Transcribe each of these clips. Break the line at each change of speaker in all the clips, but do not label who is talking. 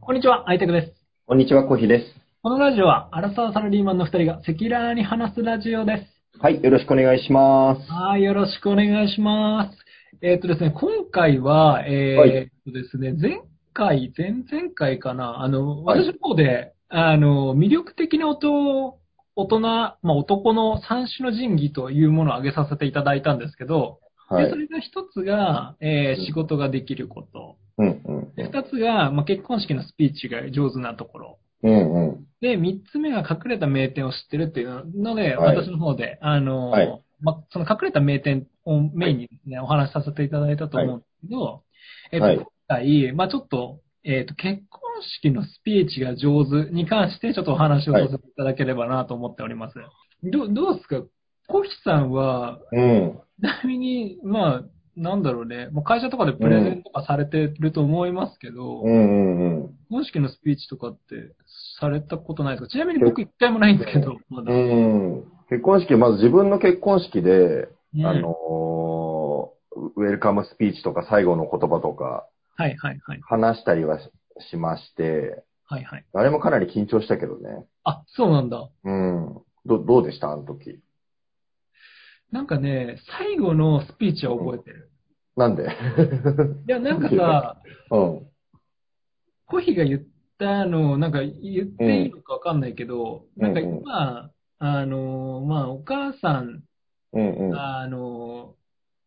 こんにちは、アイテクです。
こんにちは、コヒで。
このラジオは、アラサーサラリーマンの二人が赤裸々に話すラジオです。
はい、よろしくお願いします
はい、よろしくお願いします。えーっとですね、今回は、えー
はい
えーっとですね、前回、前々回かな、あの、
はい
私の方で、あの、魅力的な音、大人、まあ、男の三種の神器というものを挙げさせていただいたんですけど、
は
で
い
そ。れの一つが、えー仕事ができること。
うんうん
で二つが、まあ、結婚式のスピーチが上手なところ。
うん。うんうん。
で、三つ目が隠れた名店を知ってるっていうので、
はい
私の方で、あの、
はい
ま、その隠れた名店をメインにですね、お話しさせていただいたと思うんですけど、えっと、
はい
今回、まあ、ちょっと、えっと、結婚式のスピーチが上手に関して、ちょっとお話をさせていただければなと思っております。どうどうですかコヒさんは、
うん。
ちなみに、まあ、なんだろうね、もう会社とかでプレゼンとかされてると思いますけど、
うんうんうん。
本式のスピーチとかってされたことないですかちなみに僕一回もないんですけど、まだ。
うん。結婚式、まず自分の結婚式で、
うん
あのーウェルカムスピーチとか最後の言葉とか
はいはいはい。
話したりはししまして、
はいはい。
あれもかなり緊張したけどね。
あ、そうなんだ。
うん。どどうでしたあの時。
なんかね、最後のスピーチは覚えてる。
なん で
いや、なんかさ、
うん。
コヒが言ったのを、なんか言っていいのかわかんないけど、
うん
なんか
うんうん
今、あの、まあ、お母さん、
うんうん。
あの、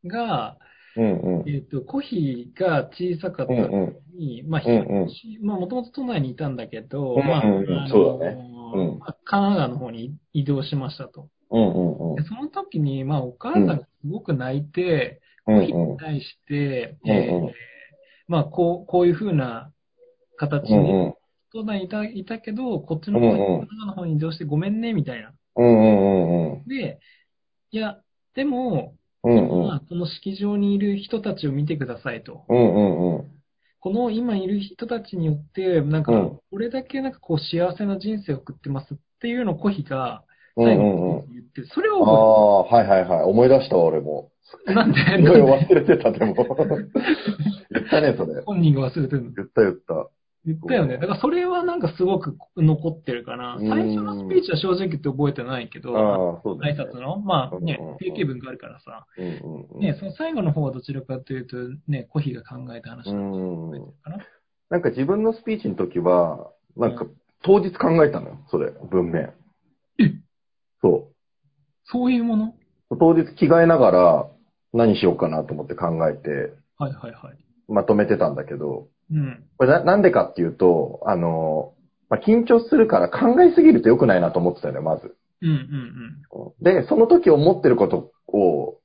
が、
うんうん。
えっと、コヒが小さかった
うんうん。
に、まあ、
うんうん
ひまあ、もともと都内にいたんだけど、
うん
まあ、あ
うんうん
の
そうだねうん
まあカナダの方に移動しましたと。
うんうんうん
で。その時に、まあ、お母さんがすごく泣いて、
う
コ
ん
ヒ
うん
に。対して、
うん
えー
うん
まあ、こう、こういう風な形
うんう
に、
ん。
都内にいたいたけど、こっちの方に、
うんうん
カナダの方に移動してごめんね、みたいな。
うんうんうん。
で、いや、でも、
うんうん。
まあ、この式場にいる人たちを見てくださいと。
うんうんうん。
この今いる人たちによって、なんか
うん、
これだけなんかこう幸せな人生を送ってますっていうのをコヒが
うん
最後
うんうん
に。言って、それ
あ
を
あ、はいはいはい。思い出したわ、俺も。
覚えてるなん
す
で、
ごい
なんで
忘れてた、でも。言ったね、それ。
本人が忘れてるの
言った言った。
言ったよね。だからそれはなんかすごく残ってるかな。
うん
最初のスピーチは正直言って覚えてないけど、
ああ、そうだ
挨
ね。
拶の、まあね
うんうんうん、
定型文があるからさ、
うんうんうん
ね、その最後の方はどちらかというと、ね、コヒが考えた話だ
うん
覚えてるかな。
なんか自分のスピーチの時は、なんか当日考えたのよ、それ、文面。
え
そ
そういうもの
う。当日着替えながら何しようかなと思って考えて、
はいはいはい。
まとめてたんだけど、
うん。
これななんでかっていうと、あの、まあ、緊張するから考えすぎると良くないなと思ってたよね、まず。
うんうんうん。
で、その時思ってることを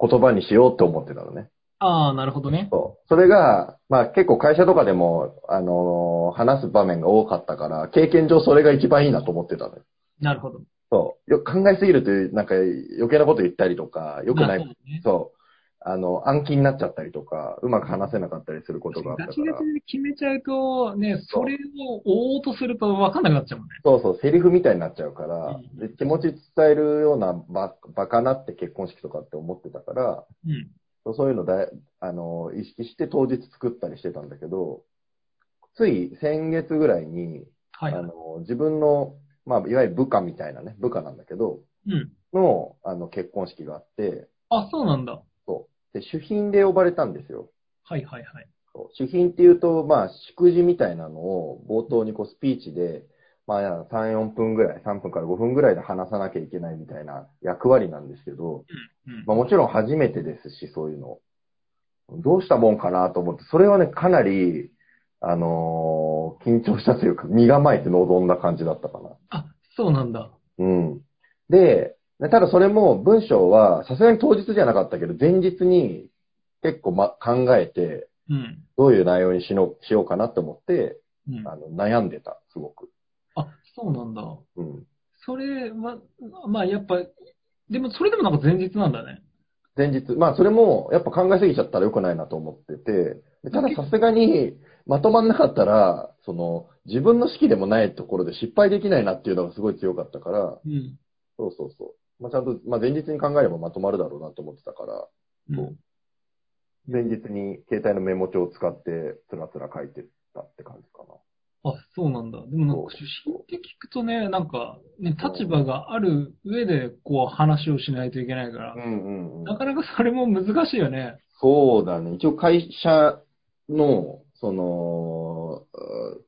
言葉にしようって思ってたのね。
ああ、なるほどね。
そうそれが、まあ結構会社とかでも、あのー話す場面が多かったから、経験上それが一番いいなと思ってたのよ。
なるほど。
そう。よ考えすぎるという、なんか余計なこと言ったりとか、良くない、
まあそうだね
そう。あの、暗記になっちゃったりとか、うまく話せなかったりすることがあった
ガ
か
チガ
ら
チ。で決めちゃうと、ね、そ
そ
うれを追おうとすると分かんなくなっちゃうもんね。
そうそう、セリフみたいになっちゃうから
うん、
で気持ち伝えるようなババカなって結婚式とかって思ってたから、
うん。
そうそういうのだいあの意識して当日作ったりしてたんだけど、つい先月ぐらいに、
はい。
あ
う
の自分の、まあ、いわゆる部下みたいなね、部下なんだけど、
ん。
のあの結婚式があって
あ、そうなんだ。
そうで、主賓で呼ばれたんですよ。
はいはいはい。
そう主賓っていうと、まあ、祝辞みたいなのを冒頭にこうスピーチで、まあ、3、4分ぐらい、3分から5分ぐらいで話さなきゃいけないみたいな役割なんですけど、
うん。
まあ、もちろん初めてですし、そういうの。どうしたもんかなと思って、それはね、かなり、あのー緊張したというか、身構えて臨んだ感じだったかな。
あ、そうなんだ。
うん。で、ねただそれも文章は、さすがに当日じゃなかったけど、前日に結構、ま、考えて、
うん。
どういう内容にしのしようかなと思って、
うん。
あ
あ、
の悩んでた、すごく。
そうなんだ。
うん。
それは、まあやっぱ、でもそれでもなんか前日なんだね。
前日、まあそれも、やっぱ考えすぎちゃったら良くないなと思ってて、でたださすがに、まとまんなかったら、その、自分の式でもないところで失敗できないなっていうのがすごい強かったから、
うん。
そうそうそう。まあちゃんと、まあ前日に考えればまとまるだろうなと思ってたから、
うん。
前日に携帯のメモ帳を使って、つらつら書いてたって感じか
あ、そうなんだ。でもなんか
そ
主審って聞くとね、なんか、ね、立場がある上で、こう話をしないといけないから
う、んうんうん
なかなかそれも難しいよね。
そうだね。一応会社の、その、うん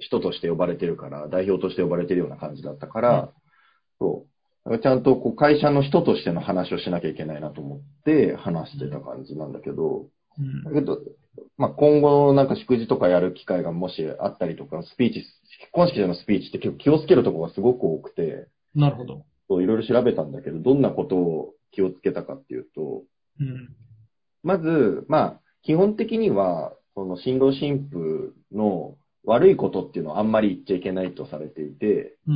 人として呼ばれてるから、代表として呼ばれてるような感じだったから、そう。だからちゃんとこう会社の人としての話をしなきゃいけないなと思って話してた感じなんだけど、
うん
だ。けど、まあ、今後なんか祝辞とかやる機会がもしあったりとか、スピーチ、結婚式でのスピーチって結構気をつけるところがすごく多くて、
なるほど。
そういろいろ調べたんだけど、どんなことを気をつけたかっていうと、
うん。
まず、まあ、基本的には、その新郎新婦の悪いことっていうのはあんまり言っちゃいけないとされていて、
うん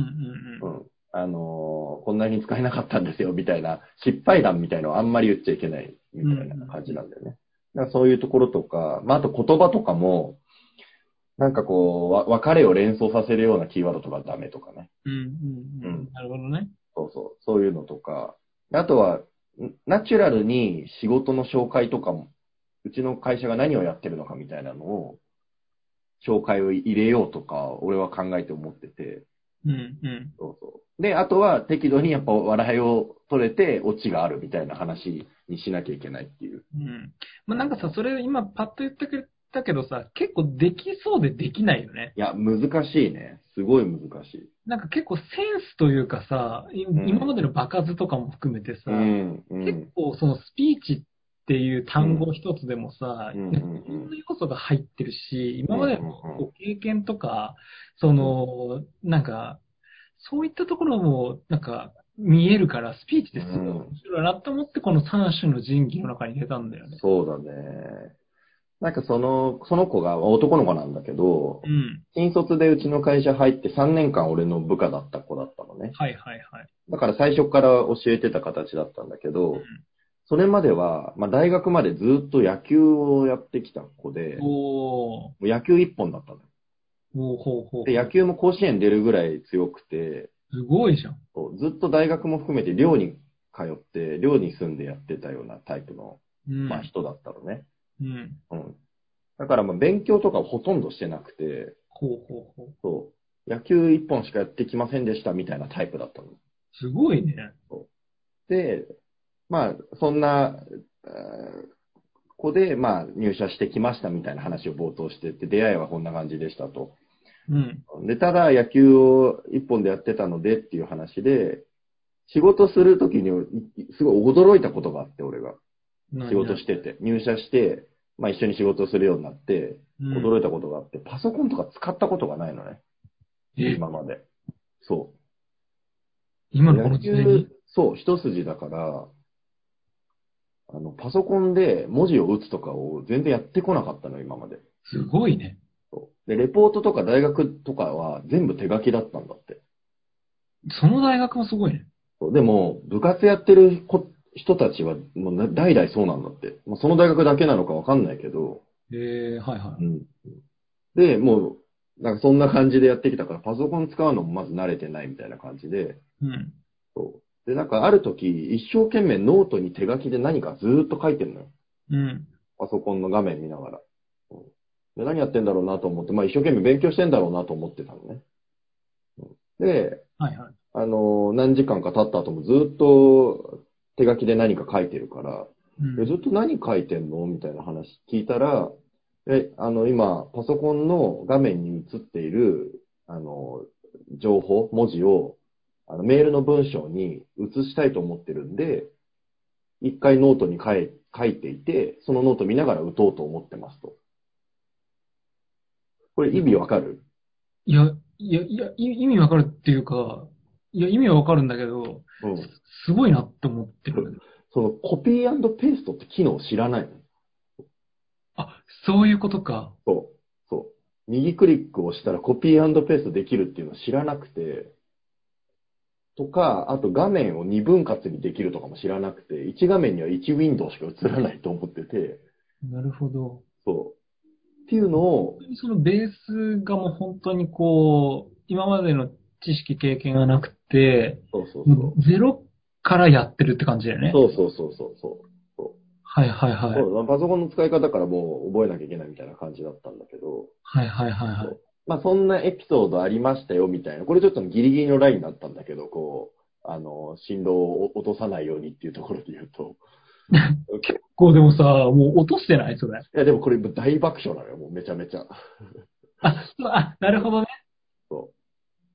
う。ん。あのーこんなに使えなかったんですよ、みたいな、失敗談みたいのはあんまり言っちゃいけない、みたいな感じなんだよね。だからそういうところとか、まあ、あと言葉とかも、なんかこう、わ別れを連想させるようなキーワードとかダメとかね。
うんうんう
うん
ん。なるほどね。
そうそう、そういうのとか、あとは、んナチュラルに仕事の紹介とかも、うちの会社が何をやってるのかみたいなのを、紹介を入れようとか、俺は考えて思ってて、
うんうん。
そうそう。で、あとは適度にやっぱ笑いを取れて、オチがあるみたいな話にしなきゃいけないっていう。
うん。まあ、なんかさ、それ今パッと言ってくれたけどさ、結構できそうでできないよね。
いや、難しいね。すごい難しい。
なんか結構センスというかさ、い
ん
今までの場数とかも含めてさ、
うん、う
結
ん。
構そのスピーチっていう単語一つでもさ、
う
い
ん
ろんな要素が入ってるし、今までの
うんうんうん
こう経験とか、その、なんか、そういったところも、なんか、見えるから、スピーチってすごい面白いなと思って、この3種の人気の中に入れたんだよね。
そうだね。なんかその、その子が男の子なんだけど
う、ん。
新卒でうちの会社入って3年間俺の部下だった子だったのね。
はいはいはい。
だから最初から教えてた形だったんだけど、それまでは、まあ、大学までずっと野球をやってきた子で、も
おー。
う野球一本だったのよ。
おーほうほう。
で、野球も甲子園出るぐらい強くて、
すごいじゃん。
こうずっと大学も含めて寮に通って、寮に住んでやってたようなタイプの、
うん。
まあ、人だったのね。
うん。
うん。だからまあ勉強とかほとんどしてなくて、
ほうほうほう。
そう、野球一本しかやってきませんでしたみたいなタイプだったの。
すごいね。
で、まあ、そんな、えー子で、まあ、入社してきましたみたいな話を冒頭してって、出会いはこんな感じでしたと。
うん。
で、ただ野球を一本でやってたのでっていう話で、仕事するときに、いすごい驚いたことがあって、俺が。仕事してて。入社して、まあ一緒に仕事をするようになって、
うん、
驚いたことがあって、パソコンとか使ったことがないのね。
え、
今まで。そう。
今のこの
野
時代に
球。、そう、一筋だから、あの、パソコンで文字を打つとかを全然やってこなかったの、今まで。
すごいね。
そうで、レポートとか大学とかは全部手書きだったんだって。
その大学もすごいね。
そうでも、部活やってる子人たちは、もうな代々そうなんだって。もうその大学だけなのかわかんないけど、
えー、はいは
う
い。
ん。で、もう、なんかそんな感じでやってきたから、パソコン使うのもまず慣れてないみたいな感じで、
うん。
そう。で、なんかある時、一生懸命ノートに手書きで何かずーっと書いてるのよ。
うん。
パソコンの画面見ながら。うんで、何やってんだろうなと思って、まあ一生懸命勉強してんだろうなと思ってたのね。うんで、
はいはい。
あのー何時間か経った後もずっと手書きで何か書いてるから、
うん
えずっと何書いてんのみたいな話聞いたら、え、あの、今、パソコンの画面に映っている、あの、情報、文字を、あの、メールの文章に移したいと思ってるんで、一回ノートに書い書いていて、そのノート見ながら打とうと思ってますと。これ意味わかる
いや、いや、いや、い意味わかるっていうか、いや、意味はわかるんだけど、
うん。
すごいなって思ってる。
そのコピーペーストって機能知らないの
あ、そういうことか。
そう、そう。右クリックをしたらコピーペーストできるっていうのを知らなくて、とか、あと画面を2分割にできるとかも知らなくて、1画面には1ウィンドウしか映らないと思ってて、
なるほど。
そう。っていうのを
本、当にそのベースがもう本当にこう、今までの知識経験がなくて、
そうそう
もうゼロからやってるって感じだよね。
そう。そうそうそうそうそう。
はいはいはい。
そうパソコンの使い方からもう覚えなきゃいけないみたいな感じだったんだけど、
はいはいはいはい。
まあそんなエピソードありましたよみたいな、これちょっとギリギリのラインだったんだけど、こう、あの、振動を落とさないようにっていうところで言うと。
結構でもさ、もう落としてないそれ。
いやでもこれ大爆笑なのよ、もうめちゃめちゃ。
あ、そうあ、なるほどね。
そう。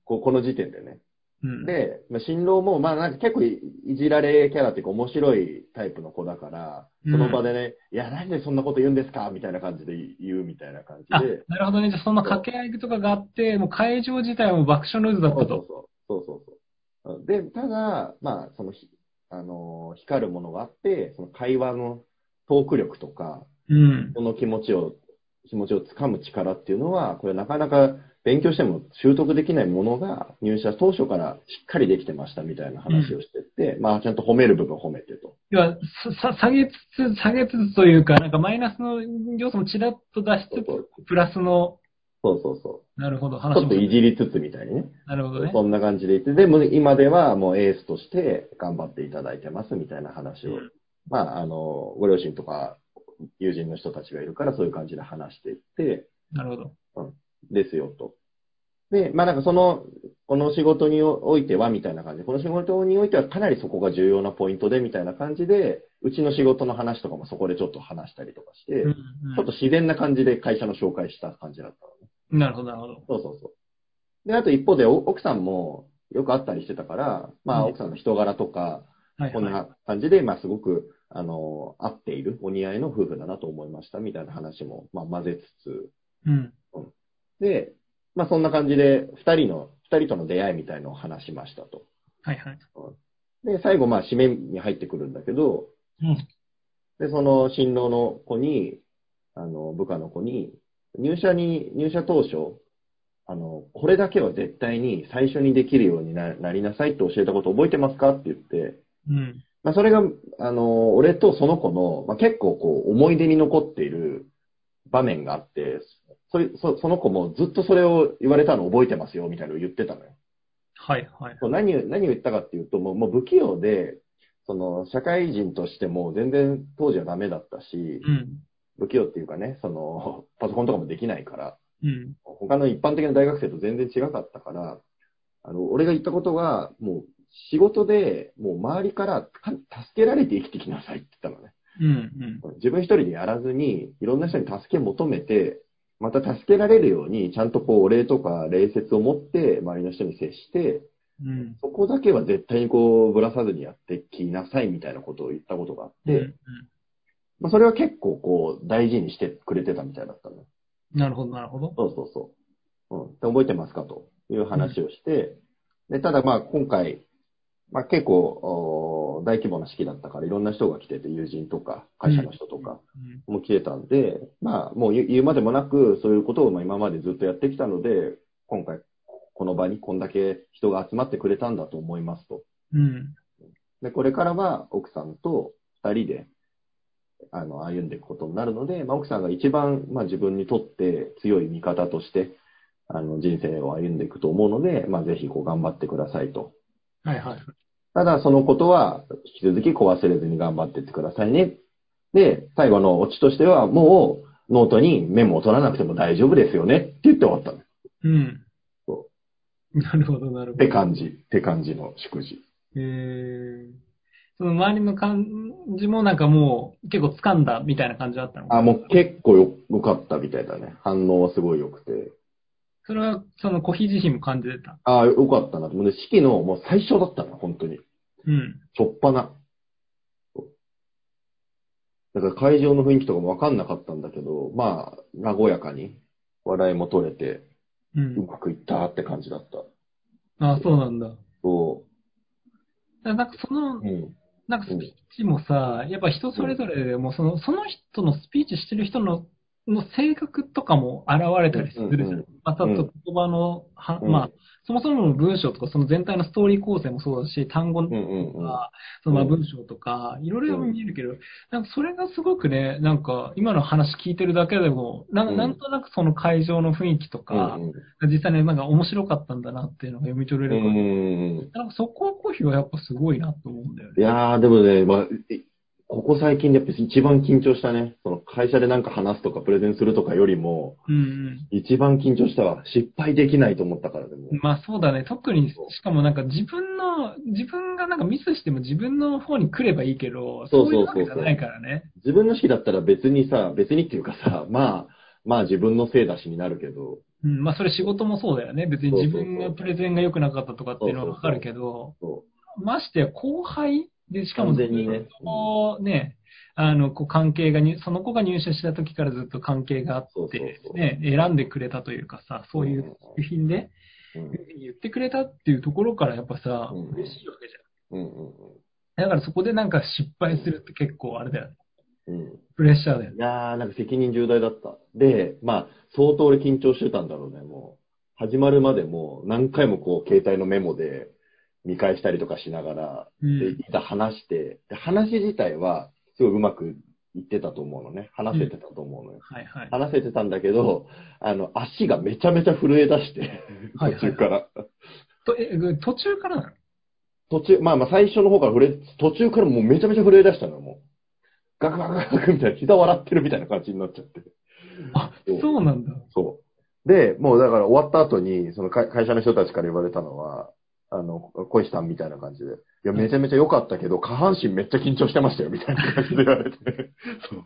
ここの時点でね。
うん。
で、まあ、新郎も、まあなんか結構いいじられキャラっていうか面白いタイプの子だから、その場でね、いや、なんでそんなこと言うんですかみたいな感じで言うみたいな感じ
あ
で、、
なるほどね。じゃあそんな掛け合いとかがあって、もう会場自体はもう爆笑の渦だっ
そう
た
そう
と。
そう。そうそうそう。で、ただ、まあ、そのひ、あのー光るものがあって、その会話のトーク力とか、
うん。
人の気持ちを、気持ちをつかむ力っていうのは、これなかなか勉強しても習得できないものが入社当初からしっかりできてましたみたいな話をしてって、まあ、ちゃんと褒める部分褒めてと。
では、さ、さ下げつつ、下げつつというか、なんかマイナスの要素もちらっと出し
そうそう
つつ、プラスの、
そうそうそ
なるほど、
う。ち
話
ょっ
も
と。いじりつつみたいにね。
なるほどね。
そんな感じで言って、でも今ではもうエースとして頑張っていただいてますみたいな話を、
うん
まあ、あの、ご両親とか友人の人たちがいるからそういう感じで話していって、
なるほど。
ですよと。で、まあなんかその、この仕事においてはみたいな感じで、この仕事においてはかなりそこが重要なポイントでみたいな感じで、うちの仕事の話とかもそこでちょっと話したりとかして、
うん
ちょっと自然な感じで会社の紹介した感じだったのね。
うん。なるほど、なるほど。
そうそうそう。で、あと一方で、お奥さんもよく会ったりしてたから、まあ
うん
奥さんの人柄とか、
はい、
こん
はい。
な感じで、まあすごく、あの、合っている、お似合いの夫婦だなと思いました、みたいな話も、まあ混ぜつつ、
うん。
で、まあそんな感じで、二人の、二人との出会いみたいのを話しましたと。
はい、はい。
で、最後、まあ締めに入ってくるんだけど、
うん。
で、その新郎の子に、あの、部下の子に、入社に、入社当初、あの、これだけは絶対に最初にできるようにななりなさいって教えたこと覚えてますかって言って、
うん。
まあ、それが、あの、俺とその子の、まあ、結構こう、思い出に残っている場面があって、それそその子もずっとそれを言われたの覚えてますよ、みたいなのを言ってたのよ。
はい、はい。
そう何を何を言ったかっていうと、もうもう不器用で、その、社会人としても全然当時はダメだったし、
うん。
不器用っていうかね、その、パソコンとかもできないから、
うん。
他の一般的な大学生と全然違かったから、あの、俺が言ったことは、もう、仕事で、もう周りからか助けられて生きてきなさいって言ったのね。
うん。うん。
自分一人でやらずに、いろんな人に助け求めて、また助けられるように、ちゃんとこう、お礼とか礼節を持って、周りの人に接して、
うん。
そこだけは絶対にこう、ぶらさずにやってきなさいみたいなことを言ったことがあって、
うん、
まあ、それは結構こう、大事にしてくれてたみたいだったの。
なるほど、なるほど。
そうそうそう。うん。で覚えてますかという話をして、で、ただまあ今回、まあ結構、おー大規模な式だったから、いろんな人が来てて、友人とか、会社の人とか
うん。
も来てたんで、まあもう言う言うまでもなく、そういうことをまあ今までずっとやってきたので、今回、この場にこんだけ人が集まってくれたんだと思いますと。
うん。
で、これからは奥さんと二人で、あの、歩んでいくことになるので、まあ、奥さんが一番、まあ、自分にとって強い味方として、あの、人生を歩んでいくと思うので、まあ、ぜひ、こう、頑張ってくださいと。
はい、はい。
ただ、そのことは、引き続き壊せれずに頑張ってってくださいね。で、最後のオチとしては、もう、ノートにメモを取らなくても大丈夫ですよねって言って終わったの。
うん
そ。
なるほど、なる
っ
ほど
て。感じ。って感じの祝辞。
えー、その周りの感じもなんかもう結構掴んだみたいな感じだったの
あ、もう結構よ、良かったみたいだね。反応はすごい良くて。
それはそのコヒ自身も感じてた。
ああ、よかったなと思って、式のもう最初だったな、本当に。
うん。
しょっぱな。だから会場の雰囲気とかもわかんなかったんだけど、まあ、和やかに、笑いも取れて、
う。
うんまくいったって感じだった。
あそうなんだ。だか
そ
らなんかその
う。、うん。
なんかスピーチもさ、やっぱ人それぞれでもその、その人のスピーチしてる人の、の性格とかも現れたりするじゃ
うんうんん。
また、あと言葉の、は
うん
まあ、そもそもの文章とか、その全体のストーリー構成もそうだし、単語
うんうんうん。
まあそのまあ
うん
文章とか、いろいろ見えるけど、なんかそれがすごくね、なんか今の話聞いてるだけでも、な
うん
なんとなくその会場の雰囲気とか、
うん
実際ね、なんか面白かったんだなっていうのが読み取れ
うんう
るから、な
んうん。
んかそこはコーヒーはやっぱすごいなと思うんだよね。
いやー、でもね、まあ、いここ最近でやっぱ一番緊張したね。その会社でなんか話すとかプレゼンするとかよりも、
うん
一番緊張したわ。失敗できないと思ったからでも
う。ん。まあそうだね。特に、しかもなんか自分の、自分がなんかミスしても自分の方に来ればいいけど、
そ
そ
うそうう
い
そうう
わ
そ
け
う
じゃないからね。
自分の式だったら別にさ、別にっていうかさ、まあ、まあ自分のせいだしになるけど、
うん。まあそれ仕事もそうだよね。別に自分がプレゼンが良くなかったとかっていうのはわかるけど、
そ
ましてや後輩で、しかも
完全にね
ずっとね、あの、こう関係がに、その子が入社した時からずっと関係があ
そう
っ
そう
て
そう、
ね、選んでくれたというかさ、そういう作品で、
う。うん。
言ってくれたっていうところからやっぱさ、
うん
嬉しいわけじ
うんうん
ゃん。だからそこでなんか失敗するって結構あれだよね。
うん。う
プレッシャーだよ
ん。
ね
い。やー、なんか責任重大だった。で、まあ、相当俺緊張してたんだろうね、もう。始まるまでも何回もこう、携帯のメモで見返したりとかしながら、
う
で、
ん
い。ざ話して、で、話自体は、すごいうまくいってたと思うのね。話せてたと思うのよ。
はいはい。
話せてたんだけど、あの、足がめちゃめちゃ震え出して、
はいはい
途中から。
とえ途中からなの
途中、まあまあ最初の方から震え、途中からもうめちゃめちゃ震え出したのよ、もう。ガクガクガクガクみたいな、膝笑ってるみたいな感じになっちゃって。
あ
そう、
そうなんだ。
そう。で、もうだから終わった後に、その会会社の人たちから言われたのは、あの、小石さんみたいな感じで、いや、めちゃめちゃ良かったけど、下半身めっちゃ緊張してましたよ、みたいな感じで言われて。そう。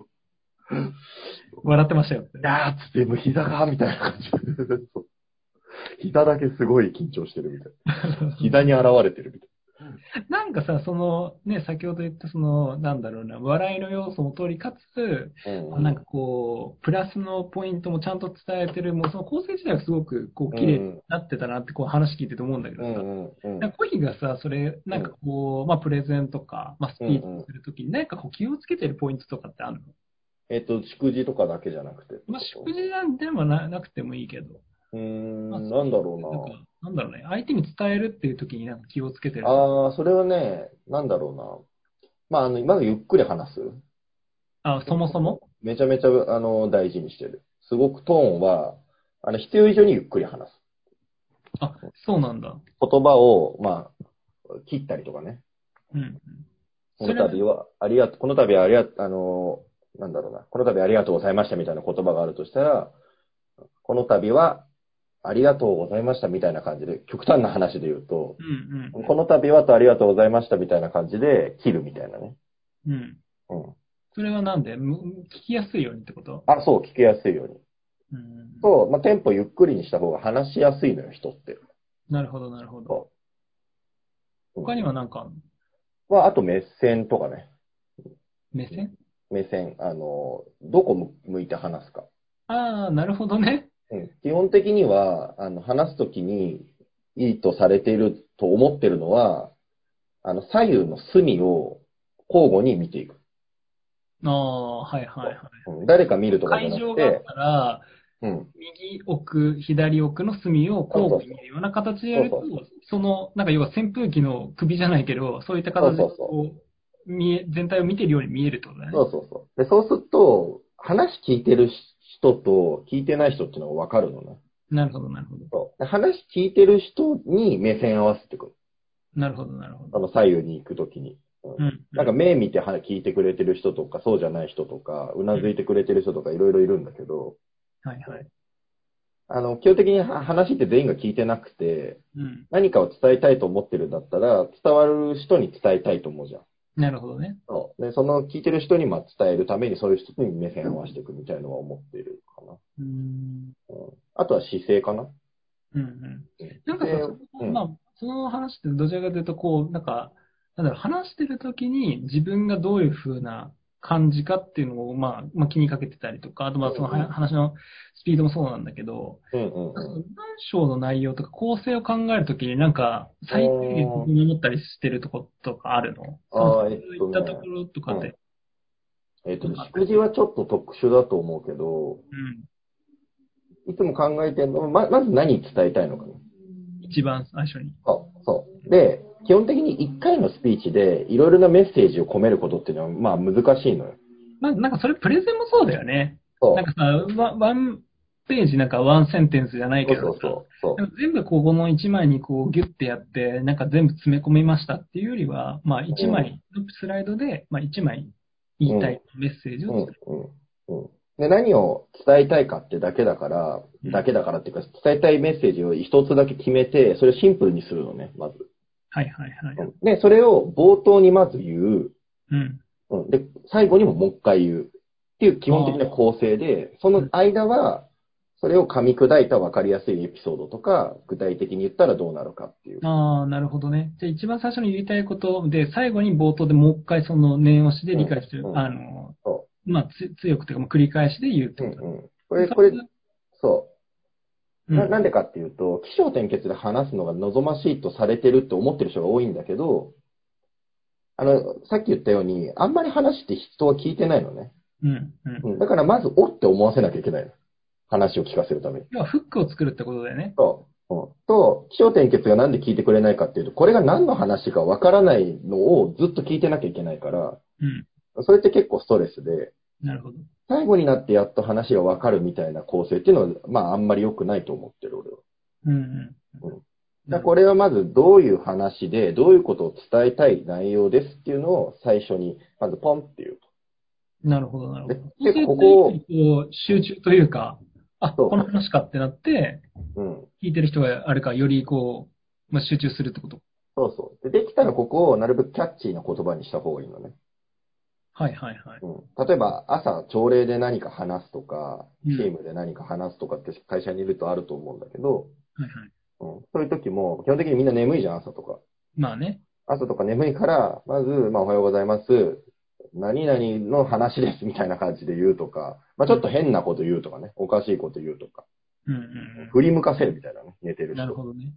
笑ってましたよ って
い。やーっつって、もう膝が、みたいな感じで。そう 膝だけすごい緊張してるみたいな。膝に現れてるみたい
なんかさ、その、ね、先ほど言ったその、なんだろうな、笑いの要素も通り、かつ、
な。
なんかこう、プラスのポイントもちゃんと伝えてる、もうその構成自体がすごく、こう、綺麗になってたなって、こう話聞いてて思うんだけど
う
さ、
んうん
なんかコヒがさ、それ、なんかこう、まあ、プレゼンとか、まあ、スピーチするときに、なんかこう気をつけてるポイントとかってあるの
えっと、祝辞とかだけじゃなくて。
まあ、祝辞なんでもななくてもいいけど、
うーん、
まあ
なんだろ
なん
う
か、なんだろうね、相手に伝えるっていうときになんか気をつけてる。
な。ああー、それはね、なんだろうな。まあ、あの、まずゆっくり話す。
あ、そもそも
めちゃめちゃ、あの、大事にしてる。すごくトーンは、あの、必要以上にゆっくり話す。
あ、そうなんだ。
言葉を、まあ、切ったりとかね。
うん。
この度は、ありがと、この度はありが、あのー、なんだろうな、この度ありがとうございましたみたいな言葉があるとしたら、この度は、ありがとうございましたみたいな感じで、極端な話で言うと
う、ん
この度はとありがとうございましたみたいな感じで、切るみたいなね。
うん。うん。
うん。
それはなんでむ聞きやすいようにってこと
あ、そう、聞きやすいように。
うん。
そう、まあ、テンポゆっくりにした方が話しやすいのよ、人って。
なるほど、なるほど。
そう
他にはなんかあんの、
まあ、あと目線とかね。
目線
目線、あのー、どこ向向いて話すか。
ああ、なるほどね。
うん基本的には、あの、話すときに、いいとされていると思ってるのは、あの、左右の隅を交互に見ていく。
ああ、はいはいはい。
うん誰か見るとかじゃ
会
な
場
く、
があってたら、
うん。
右奥、左奥の隅を交互に見るような形でやると、
そう
その、なんか要は扇風機の首じゃないけど、そういった形で
そうそう
こう見え全体を見てるように見えるってことだね。
そうそうそう。で、そうすると、話聞いてる人と聞いてない人っていうのがわかるのね。
なるほど、なるほど。
そう。で話聞いてる人に目線合わせてくる。
なるほど、なるほ
あ
ど。
の、左右に行くときに。
う。
うんなんか目見ては聞いてくれてる人とか、そうじゃない人とか、うなずいてくれてる人とかいろいろいるんだけど、
はいはい。
あの、基本的には話って全員が聞いてなくて、
うん。
何かを伝えたいと思ってるんだったら、伝わる人に伝えたいと思うじゃん。
なるほどね。
そう。で、その聞いてる人にまあ伝えるために、そういう人に目線を合わせていくみたいのは思っているかな。
うーん。
うん、あとは姿勢かな。
うんうん。
うん
なんかさ、
姿勢
その
うん
まあ、その話ってどちらかというと、こう、なんか、なんだろう、話してるときに自分がどういう風な感じかっていうのを、まあ、まあ、気にかけてたりとか、あとまあ、その
うんうん
は話のスピードもそうなんだけど、
うんうん
なんか
うん。
文章の内容とか構成を考えるときに、なんか、最低限ここに思ったりしてるとことかあるの
あ
そ
ーえ
う
っとね
いったところとかで。
えっ、と、祝辞はちょっと特殊だと思うけど、
うん。
いつも考えてるのは、ま、まず何伝えたいのかな。
一番最初に。
そう、そう。で、基本的に1回のスピーチで、いろいろなメッセージを込めることっていうのは、まあ難しいのよ。
まあ、なんかそれプレゼンもそうだよね。
そう
なん。かさ、ワワンページなんかワンセンテンスじゃないけどさ
そうそうそう。そう
でも全部こうこの1枚にこうギュッてやって、なんか全部詰め込みましたっていうよりは、まあ1枚のスライドで、まあ1枚言いたいメッセージを伝える。
うんうんで何を伝えたいかってだけだから、
うん
だけだからっていうか、伝えたいメッセージを一つだけ決めて、それをシンプルにするのね、まず。
はいはいは
う
い。
んで、それを冒頭にまず言
うん。
う。うん、で、最後にももう一回言う。っていう基本的な構成で、その間は、それを噛み砕いた分かりやすいエピソードとか、具体的に言ったらどうなるかっていう。
ああ、なるほどね。じゃあ一番最初に言いたいことで、最後に冒頭でもう一回その念押しで理解してる
う。ん
あの
そ、
まあつ強くというか、もう繰り返しで言うって
うん
こ
う
とだ。
ん。これ、これ、そう。
うん
ななんでかっていうと、起承転結で話すのが望ましいとされてるって思ってる人が多いんだけど、あの、さっき言ったように、あんまり話って人は聞いてないのね。
うん。うん。
うん、だからまず、おって思わせなきゃいけないの。話を聞かせるために。
要はフックを作るってことだよね。
と、うん、と起承転結がなんで聞いてくれないかっていうと、これが何の話かわからないのをずっと聞いてなきゃいけないから、
うん。
それって結構ストレスで、
なるほど。
最後になってやっと話がわかるみたいな構成っていうのは、まああんまり良くないと思ってる、俺は。
うんうん。
だからこれはまずどういう話で、どういうことを伝えたい内容ですっていうのを最初に、まずポンっていう。
なるほど、なるほど。
ででここ
そ
を
うすると一気にこう集中というか、あ、
そう
この話かってなって、
うん。
聞いてる人があれか、よりこう、まあ、集中するってこと。
そうそう。で、できたらここをなるべくキャッチーな言葉にした方がいいのね。
はいはいはい。
うん。例えば、朝、朝礼で何か話すとか、
うん
チームで何か話すとかって会社にいるとあると思うんだけど、
はいはい。
うん。そういう時も、基本的にみんな眠いじゃん、朝とか。
まあね。
朝とか眠いから、まず、まあ、おはようございます。何々の話です、みたいな感じで言うとか、まあ、ちょっと変なこと言うとかね、おかしいこと言うとか。
うんうん
振り向かせるみたいなね。寝て
う
る
ん。なる
人。
ほどね。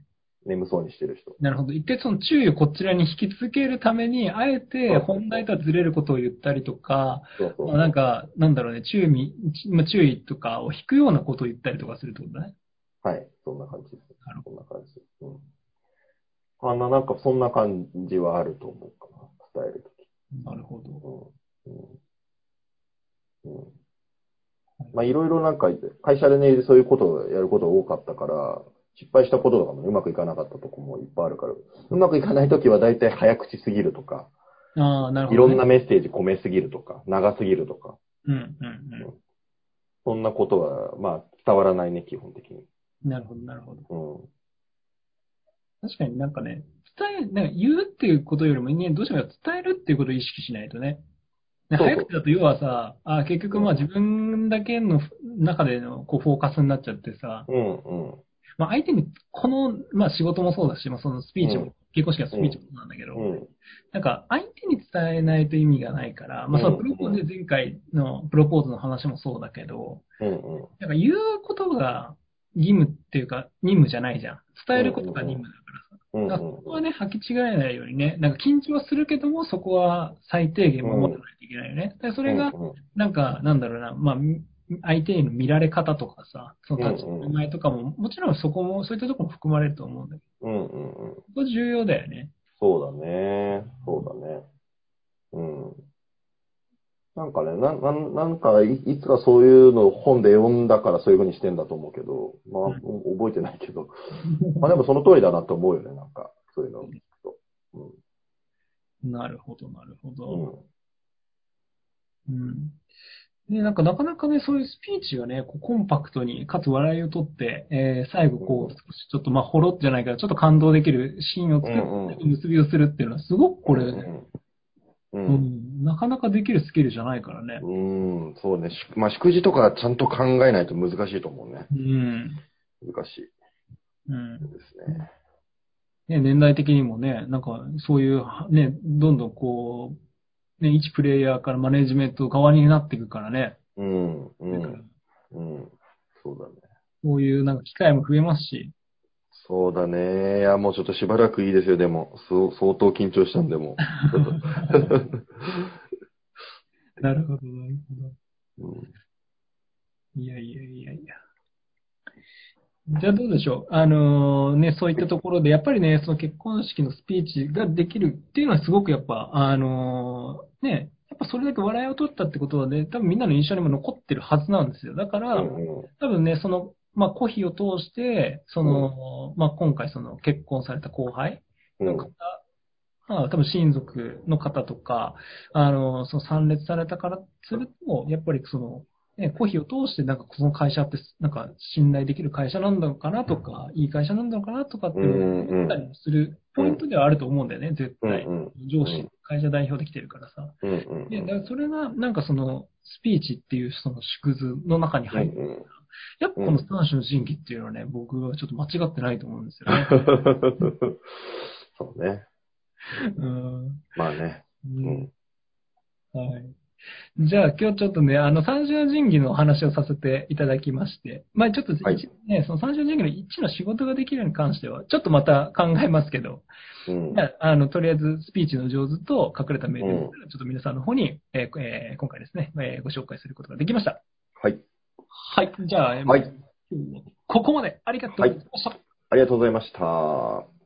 眠そうにしてる人。
なるほど。一回その注意をこちらに引き続けるために、あえて本題とはずれることを言ったりとか、
そうそう。
まあなんか、なんだろうね、注意み、まあ注意とかを引くようなことを言ったりとかするってことだね。
はい。そんな感じです。
なる
そんな感じ。うん。あんな、なんかそんな感じはあると思うかな。伝える
なるほど。
とき。うん。うん。うん。まあ、いろいろなんか、会社でね、そういうことをやることが多かったから、失敗したこととかもね、うまくいかなかったとこもいっぱいあるから、うまくいかないときは大体早口すぎるとか、
ああ、なるほ
い
ど、
ろ
ね。
んな。メッセージ込めすぎるとか、長すぎるとか、
うんうん
そんなことは、まあ、伝わらないね、基本的に。
うん。なるほど、なるほど。
うん。
確かになんかね、伝え、なんか言うっていうことよりもね、どうしても伝えるっていうことを意識しないとね。ね
そうそう
早口だと要はさ、あ結局まあ自分だけの中でのこうフォーカスになっちゃってさ、
うん、うん。
まあ相手にこの、まあ仕事もそうだし、まあそのスピーチ
う
も
ん、
結婚式はスピーチもそうなんだけど、
うん。
なんか相手に伝えないと意味がないから、まあそのプロポーズで前回のプロポーズの話もそうだけど、
うん、うん。
なんか言うことが義務っていうか任務じゃないじゃん。伝えることが任務だからさ。
うん、
だ
う
からそこ
ん。
はね、履き違えないようにね、なんか緊張はするけども、そこは最低限守らないといけないよね。でそ
そ
れが、なんか、なんだろうな、まあ、み相手への見られ方とかさ、その立ち振る舞いとかも、もちろんそこも、そういったところも含まれると思うんだけど、
うん、うん、うん。
そこ重要だよね。
そうだね。そうだね。うん。なんかね、な、なんなんかい、いつかそういうのを本で読んだからそういうふうにしてんだと思うけど、まあ、
うん
お覚えてないけど、まあでもその通りだなと思うよね、なんか、そういうのを聞くと。
なるほど、なるほ
うん。
ど。うん。で、なんか、なかなかね、そういうスピーチがね、こうコンパクトに、かつ笑いをとって、えー最後、こう、
うん
少しちょっと、まあ、ほろっじゃないけど、ちょっと感動できるシーンを作
うん
っ
う
て、結びをするっていうのは、すごくこれ、
うん。う。
うんんなかなかできるスキルじゃないからね。
うん、そうね。しまあ、祝辞とかちゃんと考えないと難しいと思うね。
うん。
難しい
うん。
ですね。
ね、年代的にもね、なんかそういう、ね、どんどんこう、ね、一プレイヤーからマネジメント側になっていくからね。
うん、う
だから
ん、うん。そうだね。
そういうなんか機会も増えますし。
そうだね。いや、もうちょっとしばらくいいですよ、でも。そう相当緊張したんで、もう。ちょっ
なるほど、なるほど。
とうん
いやいやいやいや。じゃあどうでしょうあのーね、そういったところで、やっぱりね、その結婚式のスピーチができるっていうのはすごくやっぱ、あのーね、やっぱそれだけ笑いを取ったってことはね、多分みんなの印象にも残ってるはずなんですよ。だから、
うん
多分ね、その、まあ、コヒを通して、その、まあ、今回その結婚された後輩
うん。うん
の方まあ多分親族の方とか、あの、その参列されたからすると、やっぱりその、ね、コーヒーを通してなんかその会社って、なんか信頼できる会社なんだのかなとか、いい会社なんだのかなとかって
うんうん
思ったりもするポイントではあると思うんだよね、絶対
う。ん
上司、会社代表できてるからさ。
うんうん
で、だからそれが、なんかその、スピーチっていうその縮図の中に入って、
うんうん
やっぱこの三種の神器っていうのはね、僕はちょっと間違ってないと思うんです よね。
そうね。
うん
まあね。
う
うんん。
はい。じゃあ今日ちょっとね、あの、三種の神器のお話をさせていただきまして、まあちょっと一、
はい
ね、その三種の神器の一の仕事ができるように関しては、ちょっとまた考えますけど、
うん
じゃあ、あの、とりあえずスピーチの上手と隠れた名言、ちょっと皆さんの方に、えーえー今回ですね、えーご紹介することができました。
はい。
はい。じゃあ、えー
はい
今日はここまでありがとうございました。
ありがとうございました。